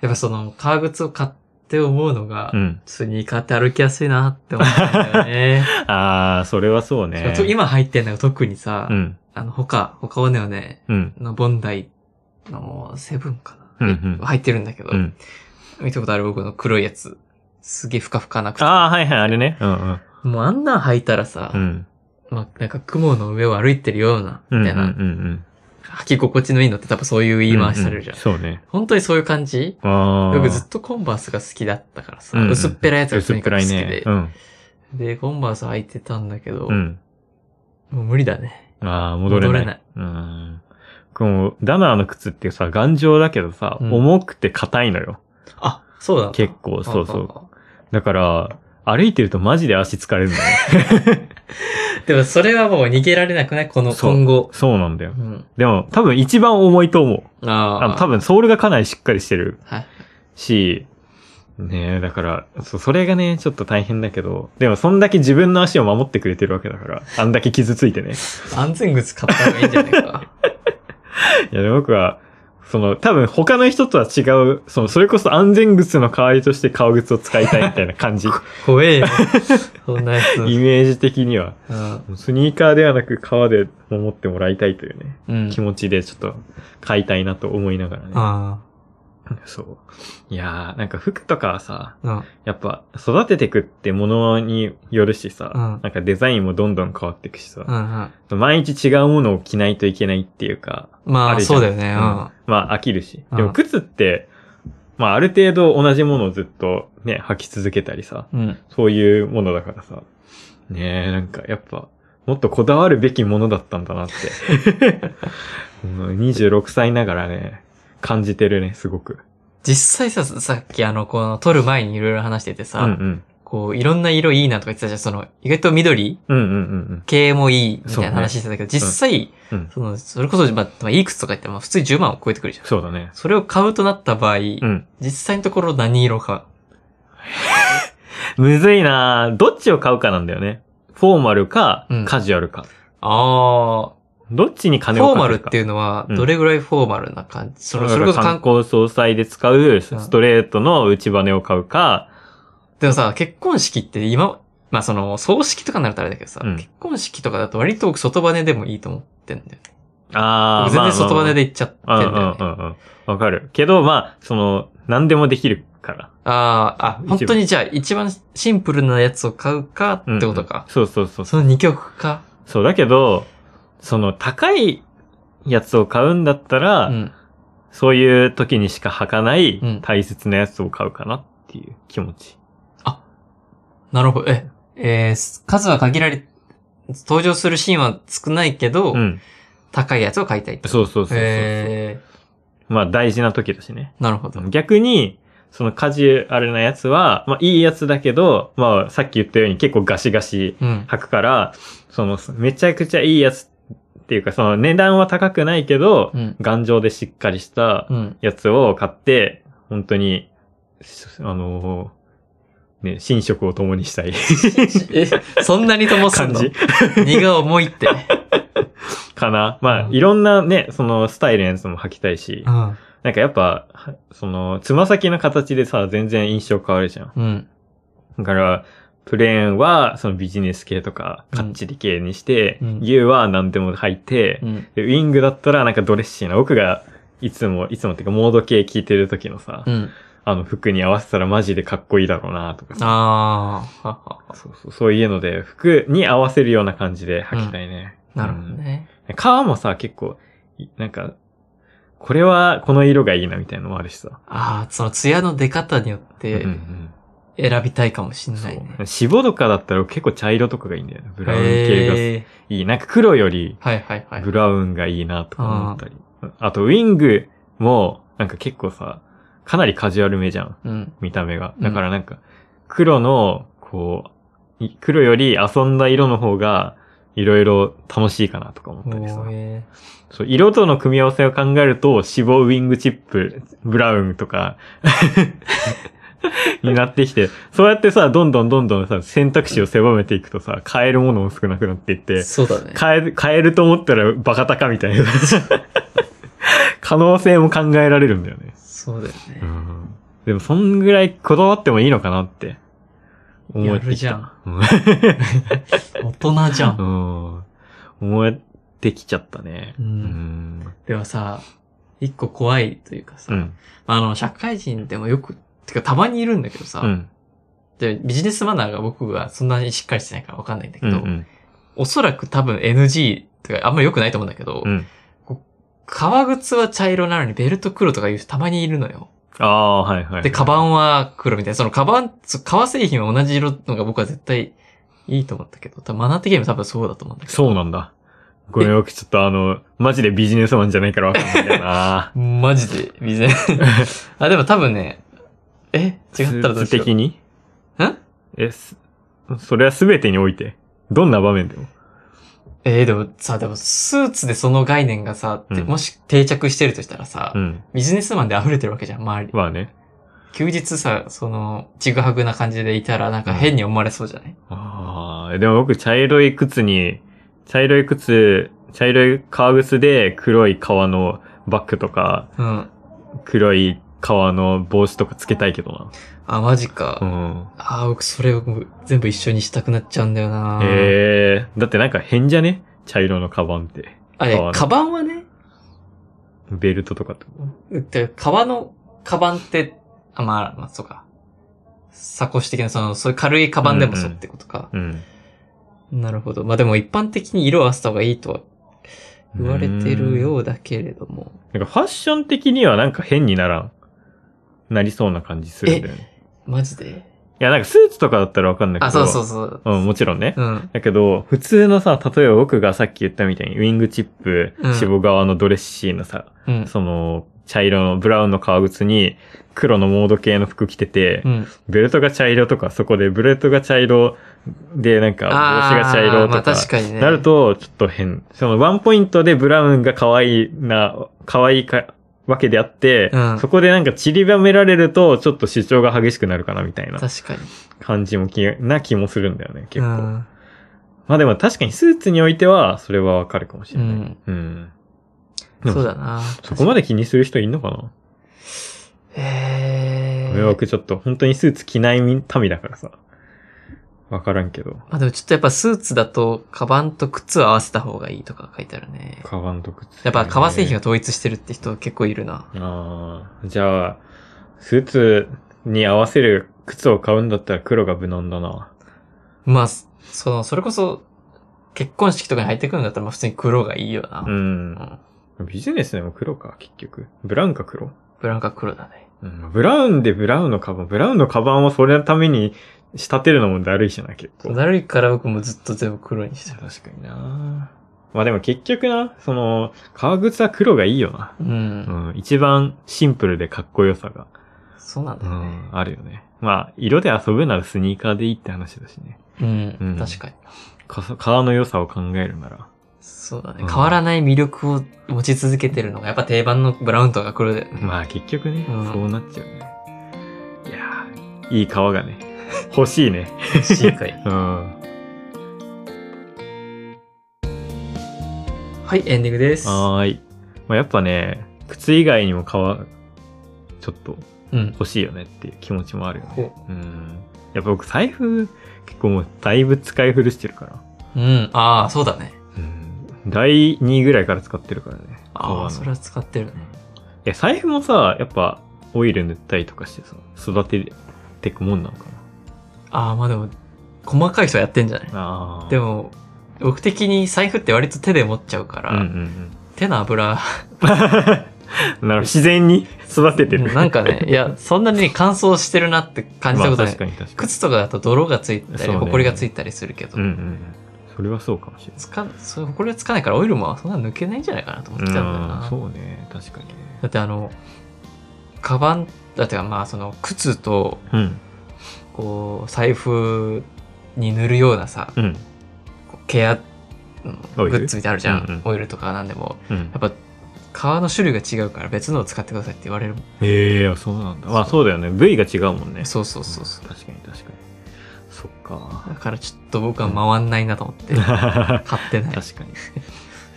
Speaker 2: やっぱその、革靴を買って思うのが、
Speaker 3: うん。
Speaker 2: スニーカーって歩きやすいなって思ったん
Speaker 3: [LAUGHS]
Speaker 2: だよね。
Speaker 3: あー、それはそうね。
Speaker 2: そう今入ってんのが特にさ、
Speaker 3: うん。
Speaker 2: あの、他、他はね、
Speaker 3: うん。
Speaker 2: のボンダイのセブンかな、
Speaker 3: うんうん
Speaker 2: 入ってるんだけど、
Speaker 3: うん。
Speaker 2: 見たことある僕の黒いやつ。すげえふかふかな靴。
Speaker 3: あー、はいはい、あれね。うんうん。
Speaker 2: もうあんなん履いたらさ、
Speaker 3: うん。
Speaker 2: まあ、なんか雲の上を歩いてるような、
Speaker 3: うん。
Speaker 2: みたいな、
Speaker 3: うんうん
Speaker 2: 履き心地のいいのって多分そういう
Speaker 3: うん。
Speaker 2: 言い回しされるじゃん。
Speaker 3: ううそうね。
Speaker 2: 本当にそういう感じ
Speaker 3: あー。
Speaker 2: 僕ずっとコンバースが好きだったからさ、
Speaker 3: うんうん
Speaker 2: 薄っぺらいやつがと
Speaker 3: 薄っ
Speaker 2: にか
Speaker 3: ぺ
Speaker 2: く
Speaker 3: ら
Speaker 2: 好き
Speaker 3: い
Speaker 2: で、
Speaker 3: ね。うん。
Speaker 2: で、コンバース履いてたんだけど、
Speaker 3: うん。
Speaker 2: もう無理だね。
Speaker 3: ああ、戻れな
Speaker 2: 戻
Speaker 3: い。
Speaker 2: れない
Speaker 3: うん。この、ダナーの靴ってさ、頑丈だけどさ、
Speaker 2: うん
Speaker 3: 重くて硬いのよ。
Speaker 2: あ、そうだ。
Speaker 3: 結構、そうそう。
Speaker 2: う。
Speaker 3: だから、歩いてるとマジで足疲れるのね。
Speaker 2: でもそれはもう逃げられなくないこの
Speaker 3: そう
Speaker 2: 今後。
Speaker 3: [LAUGHS] そうなんだよ
Speaker 2: う。ん。
Speaker 3: でも、多分一番重いと思う。
Speaker 2: あ
Speaker 3: あの、
Speaker 2: ー
Speaker 3: 多分ソールがかなりしっかりしてる
Speaker 2: はい。
Speaker 3: し、ねえ、だから、そうそれがね、ちょっと大変だけど、でもそんだけ自分の足を守ってくれてるわけだから、あんだけ傷ついてね。
Speaker 2: 安全靴買った方がいいんじゃない
Speaker 3: [LAUGHS]
Speaker 2: か。
Speaker 3: いや、でも僕は、その、多分他の人とは違う、その、それこそ安全靴の代わりとして革靴を使いたいみたいな
Speaker 2: [LAUGHS]
Speaker 3: 感じ。
Speaker 2: 怖えよ。そんなやつ。
Speaker 3: イメージ的には。
Speaker 2: うん。
Speaker 3: スニーカーではなく革で守ってもらいたいというね、
Speaker 2: うん。
Speaker 3: 気持ちでちょっと買いたいなと思いながらね。
Speaker 2: あ
Speaker 3: そう。いやー、なんか服とかはさ、
Speaker 2: あ。うん。
Speaker 3: やっぱ育ててくってものによるしさ、
Speaker 2: うん
Speaker 3: なんかデザインもどんどん変わっていくし
Speaker 2: う
Speaker 3: さ、
Speaker 2: んうん。
Speaker 3: 毎日違うものを着ないといけないっていうか、
Speaker 2: ま
Speaker 3: あ
Speaker 2: あ、
Speaker 3: るじゃ
Speaker 2: そ
Speaker 3: ん
Speaker 2: うだよね。うん。
Speaker 3: まあ飽きるし。
Speaker 2: う
Speaker 3: で
Speaker 2: ん
Speaker 3: も靴って、まあある程度同じものをずっとね、履き続けたりさ、
Speaker 2: うん。
Speaker 3: そういうものだからさ。ねえ、なんかやっぱ、もっとこだわるべきものだったんだなって。
Speaker 2: [LAUGHS]
Speaker 3: うん26歳ながらね、感じてるね、すごく。
Speaker 2: 実際さ、さっきあの、この、撮る前にいろいろ話してて
Speaker 3: う
Speaker 2: さ、
Speaker 3: んうん。
Speaker 2: こう、いろんな色いいなとか言ってたじゃん。その、意外と緑
Speaker 3: うんうんうん
Speaker 2: 系もいいみたい
Speaker 3: そう
Speaker 2: な
Speaker 3: ね
Speaker 2: 話してたけど、実際、
Speaker 3: うん。うん。
Speaker 2: その、それこそ、まあまあ、いい靴とか言っても、普通10万を超えてくるじゃん。
Speaker 3: そうだね。
Speaker 2: それを買うとなった場合、
Speaker 3: うん。
Speaker 2: 実際のところ何色か。
Speaker 3: むずいなぁどっちを買うかなんだよね。フォーマルか
Speaker 2: うん、
Speaker 3: カジュアルか。
Speaker 2: あ
Speaker 3: どっちに
Speaker 2: あ、フ
Speaker 3: 金
Speaker 2: ォ
Speaker 3: を
Speaker 2: ー
Speaker 3: か
Speaker 2: マ
Speaker 3: け
Speaker 2: ル
Speaker 3: る
Speaker 2: っ
Speaker 3: か。
Speaker 2: ていうのは、
Speaker 3: うん
Speaker 2: どれぐらいフォーマルな感じ、そのそれこそ観
Speaker 3: 観
Speaker 2: 光、
Speaker 3: 光総裁で使うストレートの内羽を買うか、
Speaker 2: でもさ、結婚式って今、まあその、葬式とかになるとあれだけどさ、
Speaker 3: うん
Speaker 2: 結婚式とかだと割と僕外バネでもいいと思ってんだよね。
Speaker 3: あ
Speaker 2: 僕
Speaker 3: あ、
Speaker 2: 全然
Speaker 3: まあ
Speaker 2: 外
Speaker 3: まあ
Speaker 2: バネで行っちゃってんだ
Speaker 3: うんう
Speaker 2: よ
Speaker 3: ん
Speaker 2: ね。
Speaker 3: うんうん。わかる。けど、まあ、その、何でもできるから。
Speaker 2: ああ、あ、
Speaker 3: 一番
Speaker 2: 本当にじゃあ一番シンプルなやつを買うか
Speaker 3: うん
Speaker 2: ってことか。
Speaker 3: そうそうそう。
Speaker 2: その二曲か。
Speaker 3: そう、だけど、その、高いやつを買うんだったら、
Speaker 2: うん。
Speaker 3: そういう時にしか履かない
Speaker 2: うん
Speaker 3: 大切なやつを買うかなっていう気持ち。
Speaker 2: なるほど。え、えー数は限られ、登場するシーンは少ないけど、
Speaker 3: うん。
Speaker 2: 高いやつを買いたいと。
Speaker 3: そうそうそうそうそう。
Speaker 2: え
Speaker 3: まあ、大事な時だしね。
Speaker 2: ー、なるほど。
Speaker 3: 逆に、そのカジュアルなやつは、まあ、いいやつだけど、まあ、さっき言ったように結構ガシガシ
Speaker 2: うん。
Speaker 3: 履くから、その、めちゃくちゃいいやつっていうか、その値段は高くないけど、
Speaker 2: うん。
Speaker 3: 頑丈でしっかりした [LAUGHS]
Speaker 2: うん。
Speaker 3: やつを買って、本当に、しあのーね、寝食を共にしたい
Speaker 2: え、そんなにともすん
Speaker 3: 感
Speaker 2: の
Speaker 3: じ
Speaker 2: 荷が重い
Speaker 3: [LAUGHS]
Speaker 2: って。
Speaker 3: かな。まあ、
Speaker 2: うん
Speaker 3: いろんなね、そのスタイルのやつも履きたいし
Speaker 2: う、ん。
Speaker 3: なんかやっぱ、はその、つま先の形でさ、全然印象変わるじゃん。
Speaker 2: うん。
Speaker 3: だから、プレーンは、そのビジネス系とか、
Speaker 2: うん
Speaker 3: カッチリ系にして、
Speaker 2: うん
Speaker 3: U は何でも履いて、
Speaker 2: うん。
Speaker 3: で、ウィングだったらなんかドレッシーな、僕がいつも、いつもっていうかモード系聞いてる時のさ、
Speaker 2: うん。
Speaker 3: あの服に合わせたらマジでかっこいいだろうなとかさ、
Speaker 2: あーはっは。
Speaker 3: そうそう、そういうので服に合わせるような感じで履きたいね。
Speaker 2: なるほどね。
Speaker 3: うん。革もさ、結構、いなんか、これはこの色がいいなみたいなのもあるしさ。
Speaker 2: ああ、その艶の出方によって
Speaker 3: うん
Speaker 2: 選びたいかもし
Speaker 3: うんん。そ
Speaker 2: ないね。
Speaker 3: う。死ぼとかだったら結構茶色とかがいいんだよね。ブラウン系がい
Speaker 2: えー
Speaker 3: い。なんか黒より
Speaker 2: はいはいはい。
Speaker 3: ブラウンがいいなとか思ったり。あと、ウィングも、なんか結構さ、かなりカジュアルめじゃん、
Speaker 2: うん。
Speaker 3: 見た目が。
Speaker 2: うん
Speaker 3: だからなんか、黒の、こう、い黒より遊んだ色の方が、いろいろ楽しいかなとか思ったりさ
Speaker 2: お。え
Speaker 3: そう、色との組み合わせを考えると、死亡ウィングチップ、ブラウンとか、になってきて、そうやってさ、どんどんどんどんさ、選択肢を狭めていくとさ、買えるものも少なくなっていって
Speaker 2: ー、、そうだね。
Speaker 3: 買える、買えると思ったらバカ高みたいな。 [LAUGHS] 可能性も考えられるんだよね。
Speaker 2: そうだよね。
Speaker 3: うん。でも、そんぐらいこだわってもいいのかなって、思
Speaker 2: や
Speaker 3: って
Speaker 2: る
Speaker 3: きた
Speaker 2: じゃん。
Speaker 3: うん
Speaker 2: 大人じゃん。
Speaker 3: うん。思ってきちゃったね。
Speaker 2: うん
Speaker 3: ん。
Speaker 2: ではさ、一個怖いというかさ、
Speaker 3: うん。
Speaker 2: あの、社会人でもよく、てかたまにいるんだけどさ、
Speaker 3: うん。
Speaker 2: でビジネスマナーが僕がそんなにしっかりしてないからわかんないんだけ
Speaker 3: うん。う
Speaker 2: ど、
Speaker 3: ん。
Speaker 2: おそらく多分 NG とかあんまり良くないと思うんだけど、
Speaker 3: うん。
Speaker 2: 革靴は茶色なのにベルト黒とかいう人たまにいるのよ。
Speaker 3: ああ、はいはい。
Speaker 2: で、カバンは黒みたいな。そのカバン、そ革製品は同じ色のが僕は絶対いいと思ったけど、多分マナー的にも多分そうだと思うんだけど。。
Speaker 3: そうなんだ。ごめん、僕ちょっとあの、マジでビジネスマンじゃないからわかんないんだよな
Speaker 2: マジで、ビジネス。
Speaker 3: [LAUGHS]
Speaker 2: あ、でも多分ね、え [LAUGHS] 違ったらどう
Speaker 3: 数
Speaker 2: しよう。
Speaker 3: 的に
Speaker 2: ん
Speaker 3: え、すそれは全てにおいて。どんな場面でも。
Speaker 2: えーでもさ、でもスーツでその概念がさ、って
Speaker 3: うん
Speaker 2: もし定着してるとしたらさ、
Speaker 3: うん。
Speaker 2: ビジネスマンで溢れてるわけじゃん、周り。
Speaker 3: まあね。
Speaker 2: 休日さ、その、ちぐはぐな感じでいたらなんか変に思われそうじゃない、
Speaker 3: ああ、でも僕、茶色い靴に、茶色い靴、茶色い革靴で黒い革のバッグとか、
Speaker 2: うん、
Speaker 3: 黒い革の帽子とかつけたいけど
Speaker 2: あ、マジ
Speaker 3: な。う
Speaker 2: か。
Speaker 3: ん。
Speaker 2: ああ、僕それを全部一緒にしたくなっちゃうんだよな。
Speaker 3: ええー、だってなんか変じゃね茶色のカバンって。
Speaker 2: あ
Speaker 3: 変わ
Speaker 2: れ、
Speaker 3: る
Speaker 2: カバンはね、
Speaker 3: ベルトとかってこと
Speaker 2: てか革のカバンって、あ、まあ、まあ、そうか。サコッシュ的な、その、そういう軽いカバンでもそうってことか。
Speaker 3: うん。
Speaker 2: なるほど。まあでも一般的に色を合わせた方がいいとは言われてるようだけれども。
Speaker 3: なんかファッション的にはなんか変にならん。なりそうな感じするんだよね。
Speaker 2: マジで
Speaker 3: いや、なんかスーツとかだったらわかんないけど。
Speaker 2: あ、そうそうそう。
Speaker 3: うん、もちろんね。
Speaker 2: うん。
Speaker 3: だけど、普通のさ、例えば僕がさっき言ったみたいに、ウィングチップ
Speaker 2: うん、
Speaker 3: 志望側のドレッシーのさ、
Speaker 2: うん。
Speaker 3: その、茶色のブラウンの革靴に、黒のモード系の服着てて、
Speaker 2: うん。
Speaker 3: ベルトが茶色とか、そこでベルトが茶色で、なんか、帽子が茶色
Speaker 2: あーま
Speaker 3: と
Speaker 2: あ
Speaker 3: か、
Speaker 2: 確かにね。
Speaker 3: なると、ちょっと変。そのワンポイントでブラウンが可愛いな、可愛いか、わけであって、
Speaker 2: うん
Speaker 3: そこでなんか散りばめられると、ちょっと主張が激しくなるかな、みたいな
Speaker 2: 確かに。
Speaker 3: 感じもき、な気もするんだよね、結構。
Speaker 2: うん
Speaker 3: まあでも確かにスーツにおいては、それはわかるかもしれない。
Speaker 2: うん
Speaker 3: うん。でも
Speaker 2: そうだな。
Speaker 3: そこまで気にする人いんのかな
Speaker 2: へ
Speaker 3: 迷
Speaker 2: ー。
Speaker 3: 惑ちょっと、本当にスーツ着ない民民だからさ。わからんけど。
Speaker 2: まあでもちょっとやっぱスーツだと、カバンと靴を合わせた方がいいとか書いてあるね。
Speaker 3: カバンと靴。
Speaker 2: やっぱ革製品が統一してるって人結構いるな。
Speaker 3: ああ、じゃあ、スーツに合わせる靴を買うんだったら黒が無難だな。
Speaker 2: まあ、そその、それこそ、結婚式とかに入ってくるんだったら、まあ普通に黒がいいよな。
Speaker 3: う。
Speaker 2: うんん
Speaker 3: ビジネスでも黒か、結局。ブラウンか黒
Speaker 2: ブランカ黒だね。
Speaker 3: うん。ブラウンでブラウンのカバン。ブラウンのカバンをそれのために仕立てるのもだるいしな、結構。
Speaker 2: なるから僕もずっと全部黒にしてる。
Speaker 3: 確かになまあでも結局な、その、革靴は黒がいいよな。
Speaker 2: うん。
Speaker 3: うん。一番シンプルでかっこよさが、
Speaker 2: そうなんだ
Speaker 3: う
Speaker 2: よね。
Speaker 3: ん、あるよね。まあ、色で遊ぶならスニーカーでいいって話だしね。
Speaker 2: うん。
Speaker 3: うん
Speaker 2: 確かに。
Speaker 3: か革の良さを考えるなら。
Speaker 2: そうだね。
Speaker 3: うん
Speaker 2: 変わらない魅力を持ち続けてるのが、やっぱ定番のブラウンとか黒だよね。
Speaker 3: まあ結局ね、
Speaker 2: うん
Speaker 3: そうなっちゃうね。いやー、いい革がね、 [LAUGHS] 欲しいね。 [LAUGHS]
Speaker 2: 深海。
Speaker 3: うん。
Speaker 2: はい、エンディングです。
Speaker 3: はーい。まあやっぱね、靴以外にも革、ちょっと
Speaker 2: うん。
Speaker 3: 欲しいよねっていう気持ちもあるよね。
Speaker 2: ほ
Speaker 3: うん。やっぱ僕財布、結構もうだいぶ使い古してるから。
Speaker 2: ううん。ああ、そうだね。
Speaker 3: うん。第2ぐらいから使ってるからね。革
Speaker 2: あ
Speaker 3: の
Speaker 2: あ、それは使ってるね。
Speaker 3: え、財布もさ、やっぱオイル塗ったりとかしてさ、育ててくもんなのか
Speaker 2: ああ、まあでも、細かい人はやってんじゃない
Speaker 3: な。ああ。
Speaker 2: で、も、僕的に財布って割と手で持っちゃうか
Speaker 3: う
Speaker 2: ら、
Speaker 3: んうんうん。
Speaker 2: 手の油、
Speaker 3: なる自然に [LAUGHS] 育ててる。
Speaker 2: なんか
Speaker 3: [LAUGHS]
Speaker 2: ね、いや、そんなにね乾燥してるなって感じたこと
Speaker 3: ま
Speaker 2: な
Speaker 3: あ確
Speaker 2: い。
Speaker 3: かに確かに。
Speaker 2: 靴とかだと泥がついた
Speaker 3: そう
Speaker 2: り、
Speaker 3: ね
Speaker 2: ほこりがついたりするけど、
Speaker 3: うんうんうん。それはそうかもしれない。
Speaker 2: つかそういうほこりがつかないからオイルもそんな抜けないんじゃないかなと思っちゃうんだよ
Speaker 3: うん
Speaker 2: な。
Speaker 3: そうね。確かにね。
Speaker 2: だってあの、カバン、だってかまあその靴と、
Speaker 3: うん。
Speaker 2: こう、財布に塗るようなさ、
Speaker 3: うん。
Speaker 2: こうケアグ
Speaker 3: オイル
Speaker 2: ッズみたいなのあるじゃん、
Speaker 3: うんうん
Speaker 2: オイルとかなんでも
Speaker 3: うん
Speaker 2: やっぱ革の種類が違うから別のを使ってくださいって言われるもん
Speaker 3: ええそうなんだ。まあそうだよね。部位が違うもんね。
Speaker 2: そうそうそうそう
Speaker 3: 確かに確かに。そっ
Speaker 2: だ [LAUGHS]
Speaker 3: か。
Speaker 2: からちょっと僕は回んないなと思って買
Speaker 3: 確
Speaker 2: ってない
Speaker 3: かに。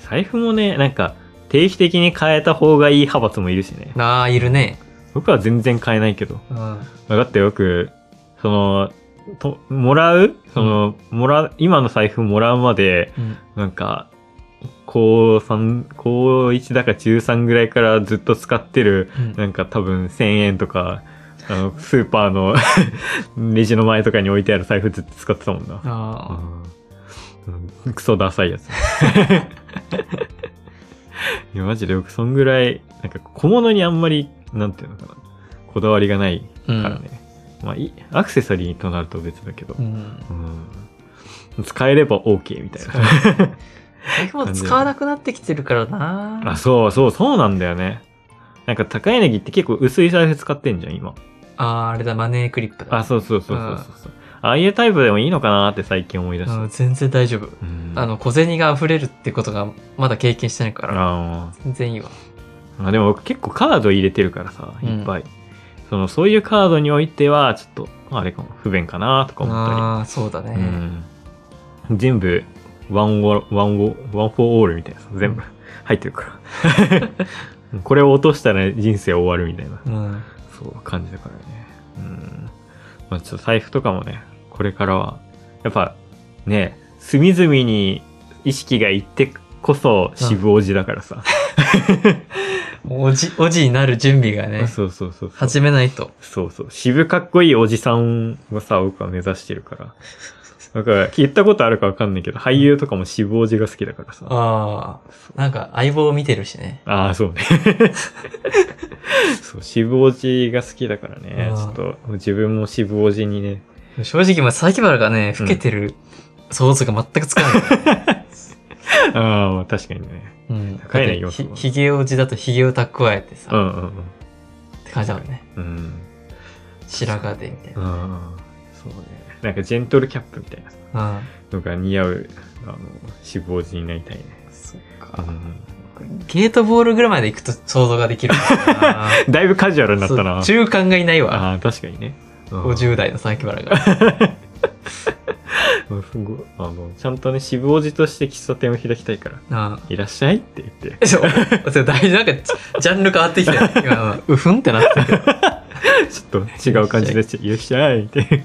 Speaker 3: 財布もね、なんか定期的に変えた方がいい派閥もいるしね。
Speaker 2: ああいるね
Speaker 3: 僕は全然変えないけど。
Speaker 2: うん
Speaker 3: だってよく、その、ともらうその、もらう、今の財布もらうまで、
Speaker 2: うん
Speaker 3: なんか、高3、高1だか中3ぐらいからずっと使ってる
Speaker 2: うん
Speaker 3: なんか多分1000円とか、あの、スーパーの [LAUGHS] レジの前とかに置いてある財布ずっと使ってたもんな。
Speaker 2: あ
Speaker 3: うんクソダサいやつ。いや、マジで僕そんぐらい、なんか小物にあんまり、なんていうのかな、こだわりがない
Speaker 2: あう
Speaker 3: から
Speaker 2: ん
Speaker 3: ね。まあいい、アクセサリーとなると別だけど
Speaker 2: う、ん
Speaker 3: うん使えれば OK みたいな。
Speaker 2: 財布も使わなくなってきてるからな
Speaker 3: あ、そうそう、そうなんだよね。なんか高柳って結構薄い財布使ってんじゃん、今。
Speaker 2: あああれだマネークリップだ
Speaker 3: あ、そうそうそうそうそうそう。ああいうタイプでもいいのかなって最近思い出し
Speaker 2: うん
Speaker 3: た。
Speaker 2: 全然大丈夫
Speaker 3: うん
Speaker 2: あの、小銭が溢れるってことがまだ経験してないから、
Speaker 3: あ
Speaker 2: 全然いいわ。
Speaker 3: ーあでも僕結構カード入れてるからさ、
Speaker 2: うん
Speaker 3: いっぱい。そのそういうカードにおいては、ちょっと、あれかも、不便かなとか思っ
Speaker 2: ああ、そうだ
Speaker 3: たり。う
Speaker 2: ね。
Speaker 3: ん、全部、ワンオール、ワンオールワンフォーオールみたいなさ、全部入ってるから。 [LAUGHS] これを落としたら人生終わるみたいな、
Speaker 2: うん。
Speaker 3: そう感じだからね。うん。まあちょっと財布とかもね、これからは、やっぱね、隅々に意識がいってこそ渋おじだからさ。
Speaker 2: おじ、おじになる準備がね、
Speaker 3: [LAUGHS] そうそうそうそう。
Speaker 2: 始めないと。
Speaker 3: そうそう。渋かっこいいおじさんをさ、僕は目指してるから。だから、言ったことあるかわかんないけど、俳優とかも渋おじが好きだからさ。
Speaker 2: ああ、なんか相棒を見てるしね。
Speaker 3: ああ、そうね。そう、渋おじが好きだからね
Speaker 2: う。ん
Speaker 3: ちょっと、自分も渋おじにね。
Speaker 2: 正直、まあ、榊原がね、老けてる想像が全くつかない。
Speaker 3: [LAUGHS] ああ、まあ確かにね。
Speaker 2: うん。
Speaker 3: 高いね
Speaker 2: ひ
Speaker 3: 要素は
Speaker 2: ひげおじだとひげを蓄えてさ、
Speaker 3: う
Speaker 2: っ
Speaker 3: んうんうん。
Speaker 2: て感じだもんね。
Speaker 3: うん。
Speaker 2: 白髪で、みたい
Speaker 3: ああ、そうね。なんかジェントルキャップみたいな
Speaker 2: な。うん。
Speaker 3: のが似合う、あの、脂肪人になりたいね。
Speaker 2: そっ
Speaker 3: う
Speaker 2: か。
Speaker 3: ん
Speaker 2: ゲートボールぐらいまで行くと想像ができ
Speaker 3: [LAUGHS]
Speaker 2: るんだよな。
Speaker 3: だいぶカジュアルになった
Speaker 2: そう
Speaker 3: な。
Speaker 2: 中間がいないわ。
Speaker 3: ああ、確かにね。うん
Speaker 2: 50代の榊原が。
Speaker 3: うんすごいあの、ちゃんとね、脂肪人として喫茶店を開きたいから、
Speaker 2: うん。
Speaker 3: いらっしゃいって言 [LAUGHS] って。
Speaker 2: そう。そう大事なんか、ジャンル変わってき
Speaker 3: [LAUGHS]
Speaker 2: たよ。今の、うふんってなってたけど。
Speaker 3: ちょっと違う感じで、いらっしゃいって。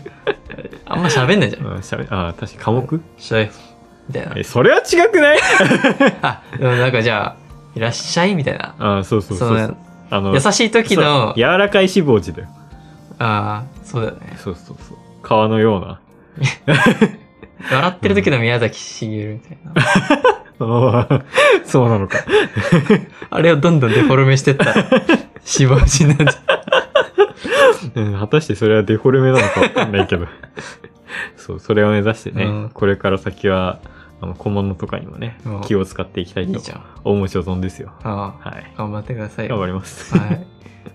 Speaker 2: あんま喋んないじゃ。
Speaker 3: うんんしゃべああ、確かに科目
Speaker 2: しゃい。みたいな
Speaker 3: え、。それは違くない
Speaker 2: あ、でもなんかじゃあ、いらっしゃいみたいな。
Speaker 3: ああ、そうそうそうそう。
Speaker 2: その
Speaker 3: あの
Speaker 2: 優しい時
Speaker 3: そう
Speaker 2: の、
Speaker 3: 柔らかい脂肪人だよ。
Speaker 2: ああ、そうだよね。
Speaker 3: そうそうそう。皮のような。
Speaker 2: 笑ってる時の宮崎茂みたいな。
Speaker 3: ああ、そうなのか。
Speaker 2: あれをどんどんデフォルメしてったら、死亡しなんじゃ
Speaker 3: [LAUGHS] うん果たしてそれはデフォルメなのかわかんないけ [LAUGHS] ど。そう、それを目指してね、
Speaker 2: うん
Speaker 3: これから先は、あの、小物とかにもね
Speaker 2: うん、
Speaker 3: 気を使っていきたい
Speaker 2: いい
Speaker 3: と
Speaker 2: じゃん。あ
Speaker 3: 思う所存ですよ。
Speaker 2: あ、
Speaker 3: はい。
Speaker 2: 頑張ってください。
Speaker 3: 頑張
Speaker 2: は
Speaker 3: ります。
Speaker 2: い。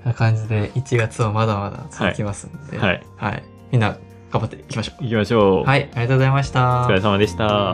Speaker 2: な感じで、1月はまだまだ続きますんで。
Speaker 3: はい。
Speaker 2: はい。みんな、頑張っていきましょ
Speaker 3: 行きましょう。
Speaker 2: う。はい、ありがとうございました。
Speaker 3: お疲れ様でした。